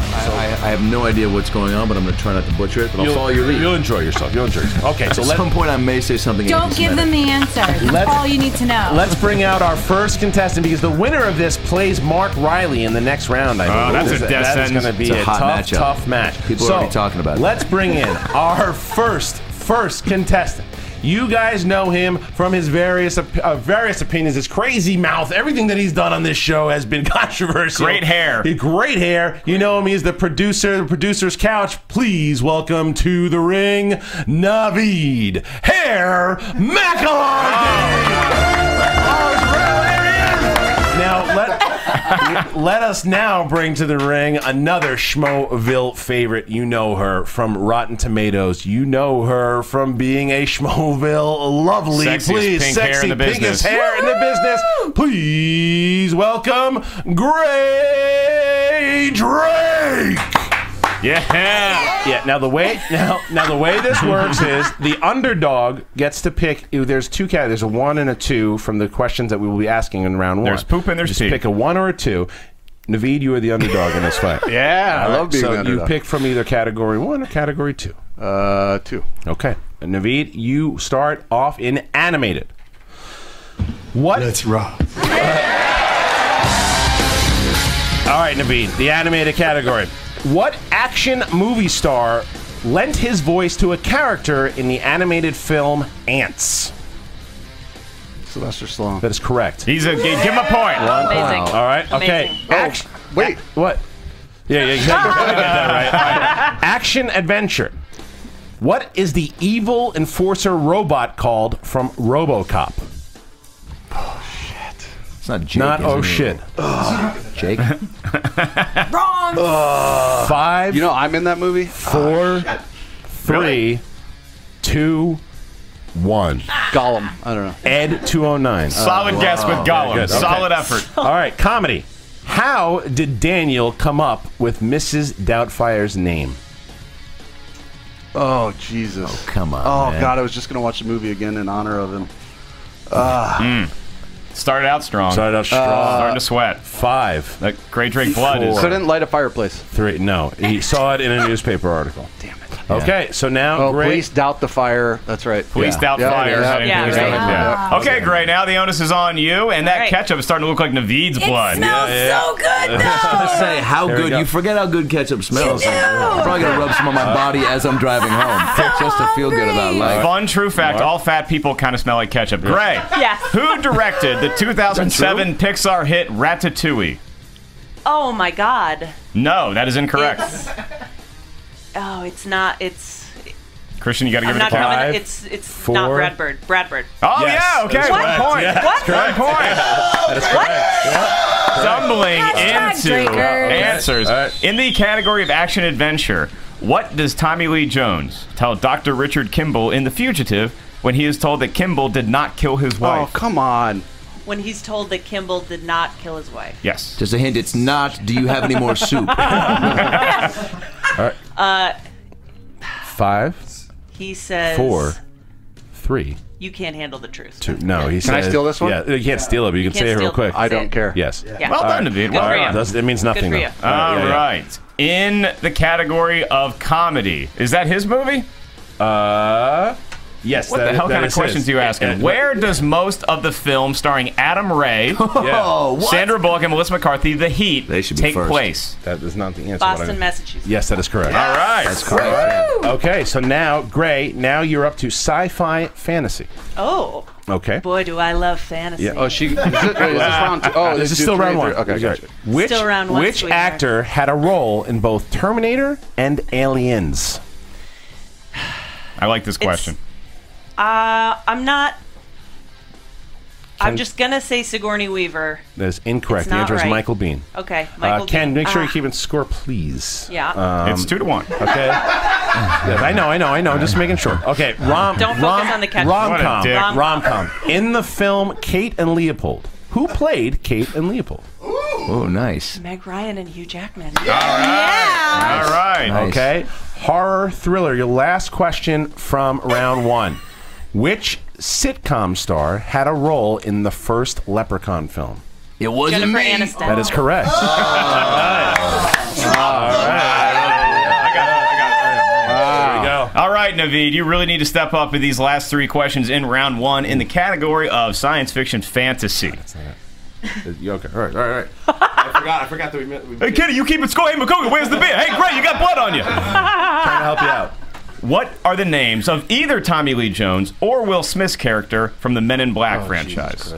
I have no idea what's going on, but I'm going to try not to butcher it. But I'll follow your lead. You'll enjoy yourself. You'll enjoy yourself. Okay, so At let, some point, I may say something. Don't give them the answer. That's Let's- all you need to know. let's bring out our first contestant because the winner of this plays Mark Riley in the next round. I Oh, believe. that's a Is- death That is sentence. going to be It's a a, hot tough, matchup. tough match. People are so, already talking about it. Let's bring in our first, first contestant. You guys know him from his various op- uh, various opinions, his crazy mouth. Everything that he's done on this show has been controversial. Great hair. He- great hair. You know him. He's the producer, the producer's couch. Please welcome to the ring, Navid Hair Oh. McElhardy. Now let let us now bring to the ring another Schmoville favorite. You know her from Rotten Tomatoes. You know her from being a Schmoville lovely, Sexiest please, pink hair sexy, in the pinkest business. hair in the business. Please welcome Gray Drake. Yeah. Yeah. Now the way now now the way this works is the underdog gets to pick. There's two cat. There's a one and a two from the questions that we will be asking in round one. There's poop and there's Just pee. pick a one or a two. Naveed, you are the underdog in this fight. Yeah. All I love being so the you underdog. pick from either category one or category two. Uh, two. Okay. And Naveed, you start off in animated. What? rock. All right, Naveed, the animated category. What action movie star lent his voice to a character in the animated film Ants? Sylvester Stallone. That is correct. He's a give him a point. Amazing. All right. Okay. Amazing. Action. Wait. What? Yeah, yeah, exactly. I got that right. All right. Action adventure. What is the evil enforcer robot called from RoboCop? It's not Jake. Not is oh it? shit. Jake. Wrong. Five, You know uh, I'm in that movie. four, three, two, one. Gollum. I don't know. Ed 209. Solid guess with Gollum. good. Okay. Solid effort. All right, comedy. How did Daniel come up with Mrs. Doubtfire's name? Oh Jesus. Oh come on, Oh man. God, I was just gonna watch the movie again in honor of him. Started out strong. Started out strong. Uh, Starting to sweat. Five, That Great Drake blood is. Couldn't light a fireplace. three. No, he saw it in a newspaper article. Damn it. Okay, so now Oh, Gray- police doubt the fire. That's right. Police Yeah. doubt Yeah, fire. yeah, I didn't yeah, think it was right. gonna be that. Okay, great. Now the onus is on you, and that All right. ketchup is starting to look like Naveed's It blood. smells so good, though. Say how we good go. you forget how good ketchup smells. You do. I'm probably gonna rub some on my body as I'm driving home, so just to feel good about hungry. life. Fun true fact: all fat people kind of smell like ketchup. Gray. Yes. Who directed the 2007 Pixar hit Ratatouille? Oh my god. No, that is incorrect. It's- oh, it's not. It's. Christian, you got to give I'm it a not point. Five, coming. It's. It's not four. Bradbird. Bradbird. Oh Yes, yeah, okay, that's one correct. point. Yeah, What? One point. Stumbling Hashtag into Drakers. answers in the category of action adventure. What does Tommy Lee Jones tell Dr. Richard Kimball in The Fugitive when he is told that Kimball did not kill his Oh wife? come on. When he's told that Kimball did not kill his wife. yes. Just a hint. It's not. Do you have any more soup? Five, He says. four, three, You can't handle the truth. two. No, he Can I says- steal this one? Yeah, you can't steal it, but you can Can't say it real steal- quick. I Say don't it. care. yes. Yeah. Well done, Naveed. Good Well for done. you. That's- it means nothing. for though. you. All All right, yeah, yeah. right. In the category of comedy. Is that his movie? Uh, yes. What that- the hell that kind is of questions his. are you asking? Yeah, yeah. Where does most of the film starring Adam Ray, Yeah. Sandra Bullock, and Melissa McCarthy, The Heat, They should be take first. place? That is not the answer. what I Boston, mean. Massachusetts. Yes, that is correct. All right. Okay, so now, Gray, now you're up to sci-fi fantasy. Oh, Okay. boy, do I love fantasy. Yeah. Oh, she. Is it, wait, is this round two? Oh, This they is do still three round and one. three. Okay, You're gotcha. right. Which, Still round one, which sweetheart. actor had a role in both Terminator and Aliens? I like this question. Uh, I'm not. I'm just gonna say Sigourney Weaver. That is incorrect. It's the not answer is right. Michael Bean. Okay, Uh, Michael. Ken, Caine. make sure Ah, you're keeping score, please. Um, Yeah. it's two to one. Okay. Yeah, I know, I know, I know. I'm just making sure. Okay, rom. Don't focus rom, on the catch. Rom What a dick. com. Rom com. In the film Kate and Leopold, who played Kate and Leopold? Oh, nice. Ah, Meg Ryan and Hugh Jackman. All right. Nice. Okay. Horror thriller. Your last question from round one. Which sitcom star had a role in the first Leprechaun film? It wasn't Jennifer me. Aniston. That is correct. All right. Naveed. You really need to step up with these last three questions in round one in the category of science fiction fantasy. Yeah, okay. All right. All right. All right. I forgot. I forgot that we met. We Hey, Kitty, you keep it score. Hey, Makoga, where's the beer? Hey, great, you got blood on you. trying to help you out. What are the names of either Tommy Lee Jones or Will Smith's character from the Men in Black franchise?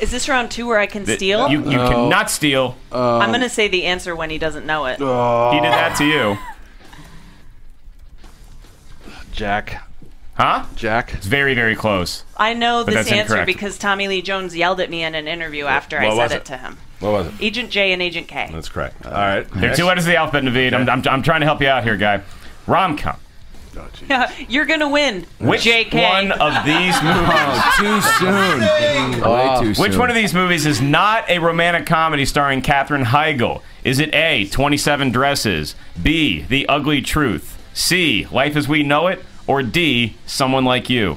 Is this round two where I can That- steal? You, you cannot steal. Um, I'm gonna say the answer when he doesn't know it. Uh, he did that to you. Oh. Jack. Huh? Jack. It's very, very close. I know that's this answer incorrect. because Tommy Lee Jones yelled at me in an interview after what I was said it? it? to him. What was it? Agent J and Agent K. That's correct. All right. There are two letters of the alphabet, Naveed. I'm, I'm, I'm trying to help you out here, guy. Rom com. You're gonna win. Which JK. one of these movies? Oh, too soon. Way too soon. Uh, Which one of these movies is not a romantic comedy starring Katherine Heigl? Is it A, 27 Dresses, B, The Ugly Truth, C, Life as We Know It, or D, Someone Like You?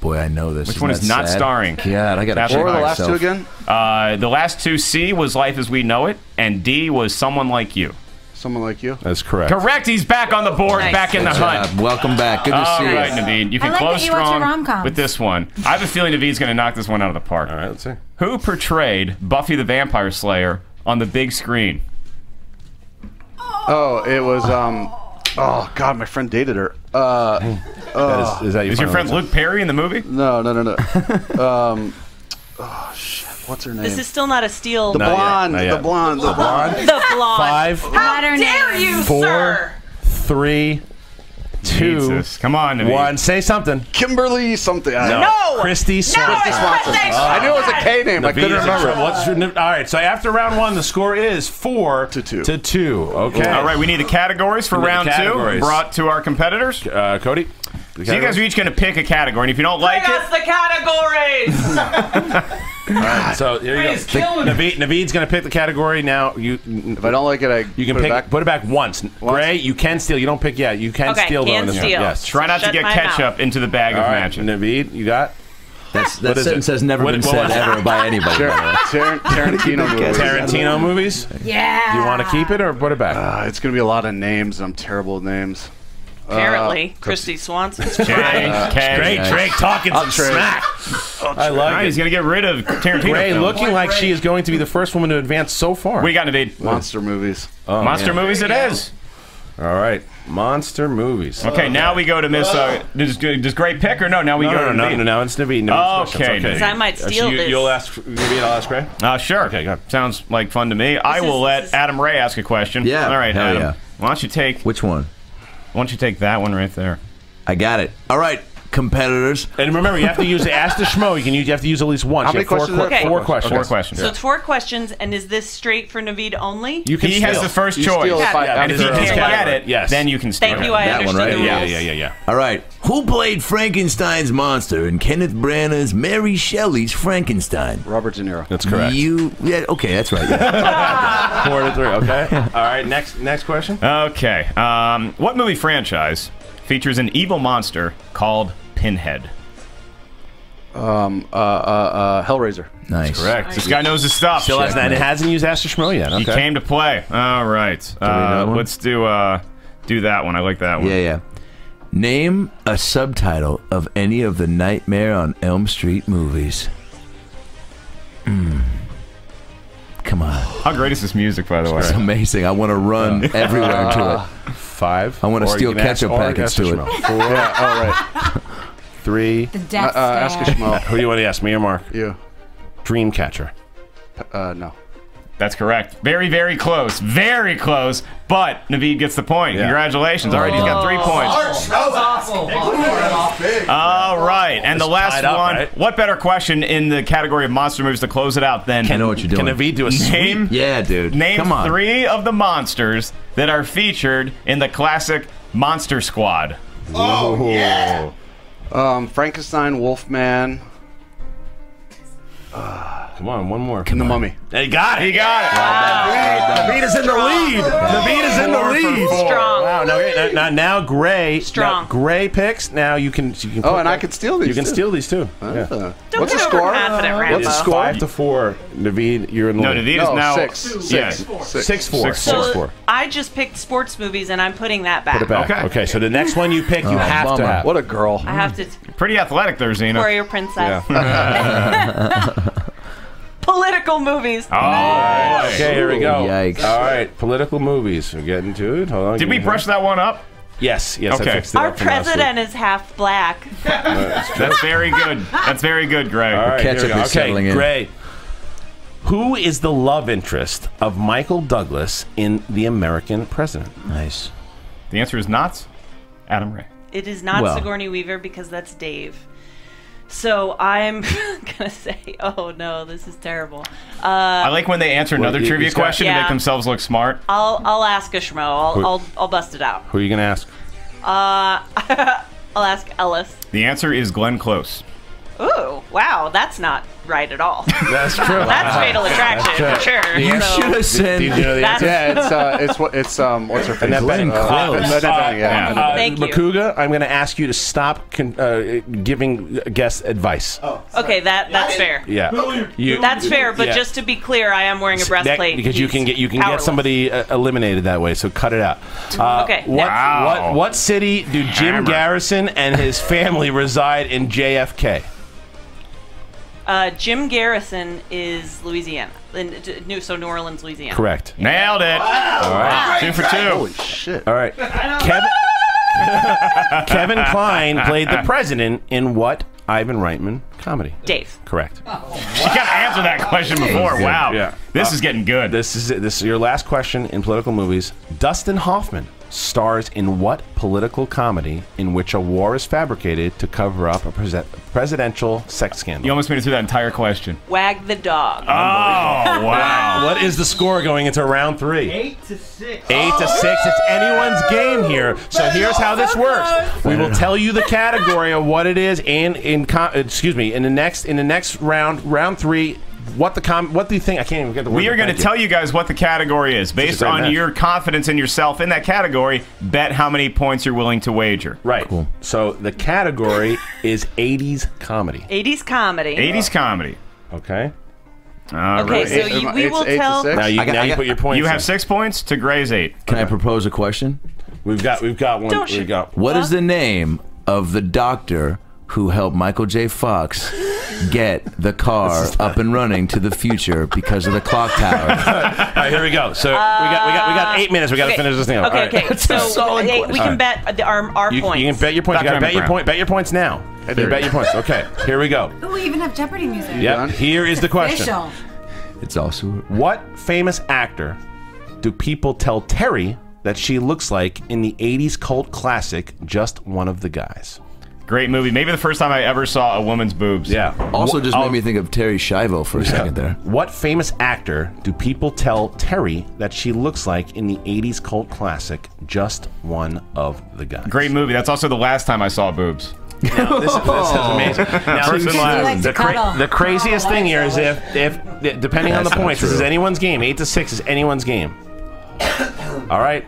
Boy, I know this. Which Isn't one is that not sad? starring? Yeah, I got to That's What check were the last myself. two again? Uh, the last two, C, was Life as We Know It, and D was Someone Like You. Someone like you. That's correct. Correct, he's back on the board, Nice. back in the Good hunt. job. Welcome back. Good to All see you. right, Naveed, you I can like close that you watch your strong rom-coms. with this one. I have a feeling Naveed's going to knock this one out of the park. All right. Let's see. Who portrayed Buffy the Vampire Slayer on the big screen? Oh, it was um. Oh God, my friend dated her. Uh, That is, is that your Is your final friend answer? Luke Perry in the movie? no, no, no, no. Um, oh shit, what's her name? This is still not a steal. the The, yet, blonde. not yet. The blonde. The blonde. blonde. Five, How Modern dare you, Four. sir? three, two, Jesus. Come on, Naveed. one. Say something. Kimberly something. No. No. Christy Swanson. it's Christy Swanson. I knew it was a K name. I couldn't Naveed is in remember. trouble. What's your, all right. So after round one, the score is four To two. To two. Okay. All right, we need the categories for need the round categories. two brought to our competitors. Uh, Cody. So you guys are each going to pick a category, and if you don't like Bring us it, the Uh, categories. So here you go. He's killing Naveed, Naveed's going to pick the category now. You If I don't like it, I you can put pick it back. put it back once. Gray, you can steal. You don't pick yet. You can Okay, steal though. can in this one. steal. Yes. try not to Shut get my ketchup into the bag All of right, magic. Naveed, you got That's, What that is sentence it? has never What- been what said was it? ever by anybody. Tar- Tar- Tarantino movies. Tarantino movies. Do Yeah. you want to keep it or put it back? Uh, it's gonna be a lot of names. and I'm terrible with names. Apparently, Christy Swanson. K, K. Nice. talking some Trey. I All right, like he's it. going to get rid of Tarantino. Gray films. looking like she is going to be the first woman to advance so far. We got Naveed. Monster movies. Oh, Monster movies it is. All right, monster movies. Okay, now we go to Miss. Uh, does, does Gray pick or no? Now we No, go no, to no, Naveed. no, no, it's Naveed. Naveed's Okay, questions, Naveed. I might Uh, steal you, this. You'll ask Naveed, I'll ask Gray. Uh, sure. Okay, go ahead. Sounds like fun to me. I This will is- let this is- Adam Ray ask a question. Yeah, All right, hell Adam. yeah. Why don't you take? Why Which one? don't you take that one right there? I got it. All right, competitors. And remember, you have to use the ask the schmo. You can use. You have to use at least once. How You many have four questions are que- there? Okay. Four Four questions. Four questions. So it's four questions, and is this straight for Naveed only? You can He steal. has the first You choice. steal if I- Yeah, and if he after can't his get category. it, Yes. then you can steal. Thank it. you. I That one, understood right? the Yeah, rules. yeah, yeah, yeah. All right. Who played Frankenstein's monster in Kenneth Branagh's Mary Shelley's Frankenstein? Robert De Niro. That's correct. You. Yeah. Okay. That's right. yeah. Four to three. Okay. All right. Next. Next question. Okay. Um, what movie franchise features an evil monster called Pinhead? Um, uh, uh, uh, Hellraiser. nice. Correct. This guy knows his stuff. Still has that. And it hasn't used Aster Schmo yet. Okay. He came to play. All right. Uh, another one? let's do uh, do that one. I like that one. Yeah. Yeah. Name a subtitle of any of the Nightmare on Elm Street movies. Hmm. Come on. How great is this music, by the way? It's amazing. I want to run everywhere to it. Five. I wanna Or you steal can ask- ketchup or packets to ask it. Schmo. Four. Yeah, all right. Three. The death Uh, ask a stare. schmo. Who do you want to ask, me or Mark? You. Dreamcatcher. Uh, no. That's correct. Very, very close. Very close. But Naveed gets the point. Congratulations. All right, he's got three points. All right, and the last tied up, one. right? What better question in the category of monster movies to close it out than I know what you're doing. Can Naveed do a sweep? name? yeah, dude. Name Come on. three of the monsters that are featured in the classic Monster Squad. Um, Frankenstein, Wolfman, Come on, one more. and the Mummy. They got it. He got it. Navita's in the lead. Navita's in the Four for lead. four. Strong. Wow. Now, now, now, now Gray. Strong. Now, gray picks. Now you can. You can Oh, put and I that- could steal these. You can too. steal these too. Uh, Yeah. Don't What's the get score? overconfident, Rambo. What's the It's score? five to four. Naveed, you're in the No, lead. Naveed is No, now six. Yeah. Six. Six. Six four. Six, So four. Six four. I just picked sports movies, and I'm putting that back. Put it back. Okay. Okay. So the next one you pick, you Oh, have to bummer. have. What a girl. I have to Mm-hmm. Pretty athletic there, Zena. warrior princess. Political movies. Oh, boy. Okay, here we go. Yikes. All right, political movies. We're getting to it. Hold on. Did we brush that one up? Yes, yes. Okay. I fixed it Our up from last president week. is half black. That's very good. That's very good, Greg. All right, Ketchup here we go. is okay, settling in. Great. Who is the love interest of Michael Douglas in The American President? Nice. The answer is not Adam Ray. It is not Well. Sigourney Weaver because that's Dave. So I'm gonna say, oh no, this is terrible. I like when they answer another you- trivia he's got- question to Yeah. make themselves look smart. I'll I'll ask a schmo. I'll I'll, I'll bust it out. Who are you going to ask? I'll ask Ellis. The answer is Glenn Close. Ooh, wow, that's not right at all. That's true. That's fatal attraction for sure. You So- should have said. Did you know the That's- answer? Yeah, it's uh, it's what it's um, what's her face? Annette Bening. Uh, Close. Annette Bening, yeah. Yeah. Uh, Thank you. Makuga, I'm going to ask you to stop con- uh, giving guests advice. Oh, Okay, that that's fair. yeah. You- That's fair, but Yeah. just to be clear, I am wearing a That- breastplate because you He's can get you can powerless. get somebody uh, eliminated that way. So cut it out. Uh, Okay, What, next. Wow. what what city do Jim Hammer. Garrison and his family reside in JFK? Uh, Jim Garrison is Louisiana, in, d- New so New Orleans, Louisiana. Correct. Nailed it. All right. Two for two. Holy shit! All right. Kevin Kevin Klein played the president in what Ivan Reitman comedy? Dave. Correct. She got to answer that question before. Wow. Yeah. This is getting good. This is it. this is your last question in political movies. Dustin Hoffman stars in what political comedy in which a war is fabricated to cover up a prese- presidential sex scandal? you almost made it through that entire question. Wag the dog. Uh, Oh, wow. What is the score going into round three? Eight to six. Eight to six. It's Oh! anyone's game here. So here's how this works. We will tell you the category of what it is, and in com- excuse me, in the next in the next round, round three, what the com- what do you think? I can't even get the word. We are going to Thank you. tell you guys what the category is. Based great on match. your confidence in yourself in that category, bet how many points you're willing to wager. Right. So the category is 80s comedy. 80s comedy. 80s comedy. Okay. All Okay, right. so you, we It's will eight to tell. six? Now you, I got- now I you got- put your points. you have in. six points to Gray's eight. Can I propose a question? We've got. We've got one. Don't we you- got. What is the name of the doctor who helped Michael J. Fox get the car up and running to the future because of the clock tower? All right. Here we go. So we got. We got. We got eight minutes. We got to finish this thing. up. All Uh, Okay, right. okay. So solid hey, we question. can bet uh, the- our, our You, points. you can bet your points. You Dr. gotta bet your Emmett Brown. point. Bet your points now. You did. bet your points. Okay. Here we go. Ooh, we even have Jeopardy music. Yep. Here is the question. Official. it's also What famous actor do people tell Terry that she looks like in the '80s cult classic Just One of the Guys? Great movie. Maybe the first time I ever saw a woman's boobs. also just I'll- made me think of Terry Schiavo for a second there. oh, What famous actor do people tell Terry that she looks like in the 80s cult classic Just One of the Guys? Great movie. That's also the last time I saw boobs. This, is- this is amazing. Now, First and last. Like to the, cuddle. the craziest Oh, thing I here is know. if, if depending on the That's not points, this is true. anyone's game. 8 to 6 is anyone's game. All right,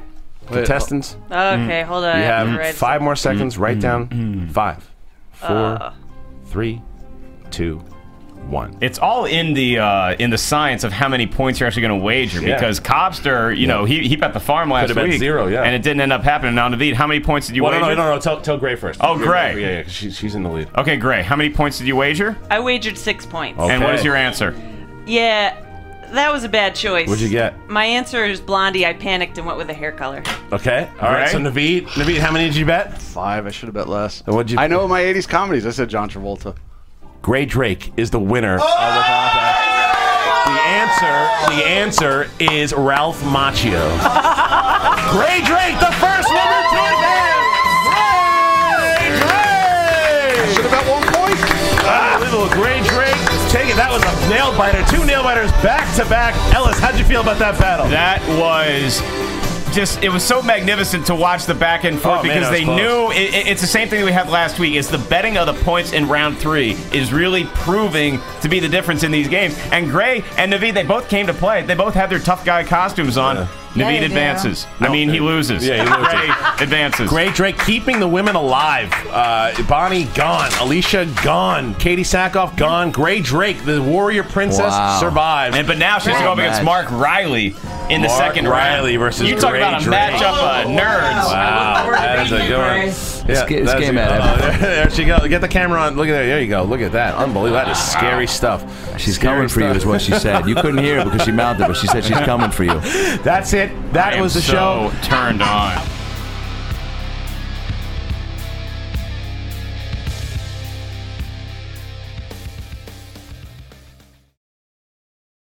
contestants, Okay, hold on. I mm, you have to have write- five more seconds. Write down five, Uh. four, three, two, one. It's all in the uh, in the science of how many points you're actually going to wager Yeah. because Cobster, you know, he, he bet the farm last Could've bet week zero, yeah. and it didn't end up happening. Now, Naveed, how many points did you Well, no, wager? no, no, no. Tell, tell Gray first. Oh, Gray. Yeah, yeah. She, she's in the lead. Okay, Gray, how many points did you wager? I wagered six points. Okay. And what is your answer? Yeah, that was a bad choice. What'd you get? My answer is blondie. I panicked and went with a hair color. Okay. All right. Gray? So Naveed, Naveed, how many did you bet? Five. I should have bet less. what'd you- I know my '80s comedies. I said John Travolta. Gray Drake is the winner of the contest. The answer, the answer is Ralph Macchio. Gray Drake, the first woman to advance. Gray Drake. Should have bet one point. Unbelievable. Gray Drake, take it. That was a nail biter. Two nail biters back to back. Ellis, how'd you feel about that battle? That was just it was so magnificent to watch the back and forth Oh, man, because that was they close. knew it, it- it's the same thing that we had last week. It's the betting of the points in round three is really proving to be the difference in these games. And Gray and Naveed, they both came to play. They both had their tough guy costumes on. Yeah, Naveed they do. advances. I mean, he loses. yeah, he loses. Gray advances. Great Drake keeping the women alive. Uh, Bonnie gone. Alicia gone. Katie Sackhoff gone. Gray Drake, the warrior princess, Wow. survived. And but now she's Great going up against match. Mark Riley in the Mark second round. Riley versus you talk Gray about a Drake. matchup of nerds. Oh, Wow, that is a good one. Yeah, ga- it's that's game a- ad, uh-oh, there, there she goes. Get the camera on. Look at that. There you go. Look at that. Unbelievable. That is scary stuff. She's Scary coming for you, stuff. is what she said. You couldn't hear it because she mounted, but she said she's coming for you. That's it. That I am was the so show. Turned on.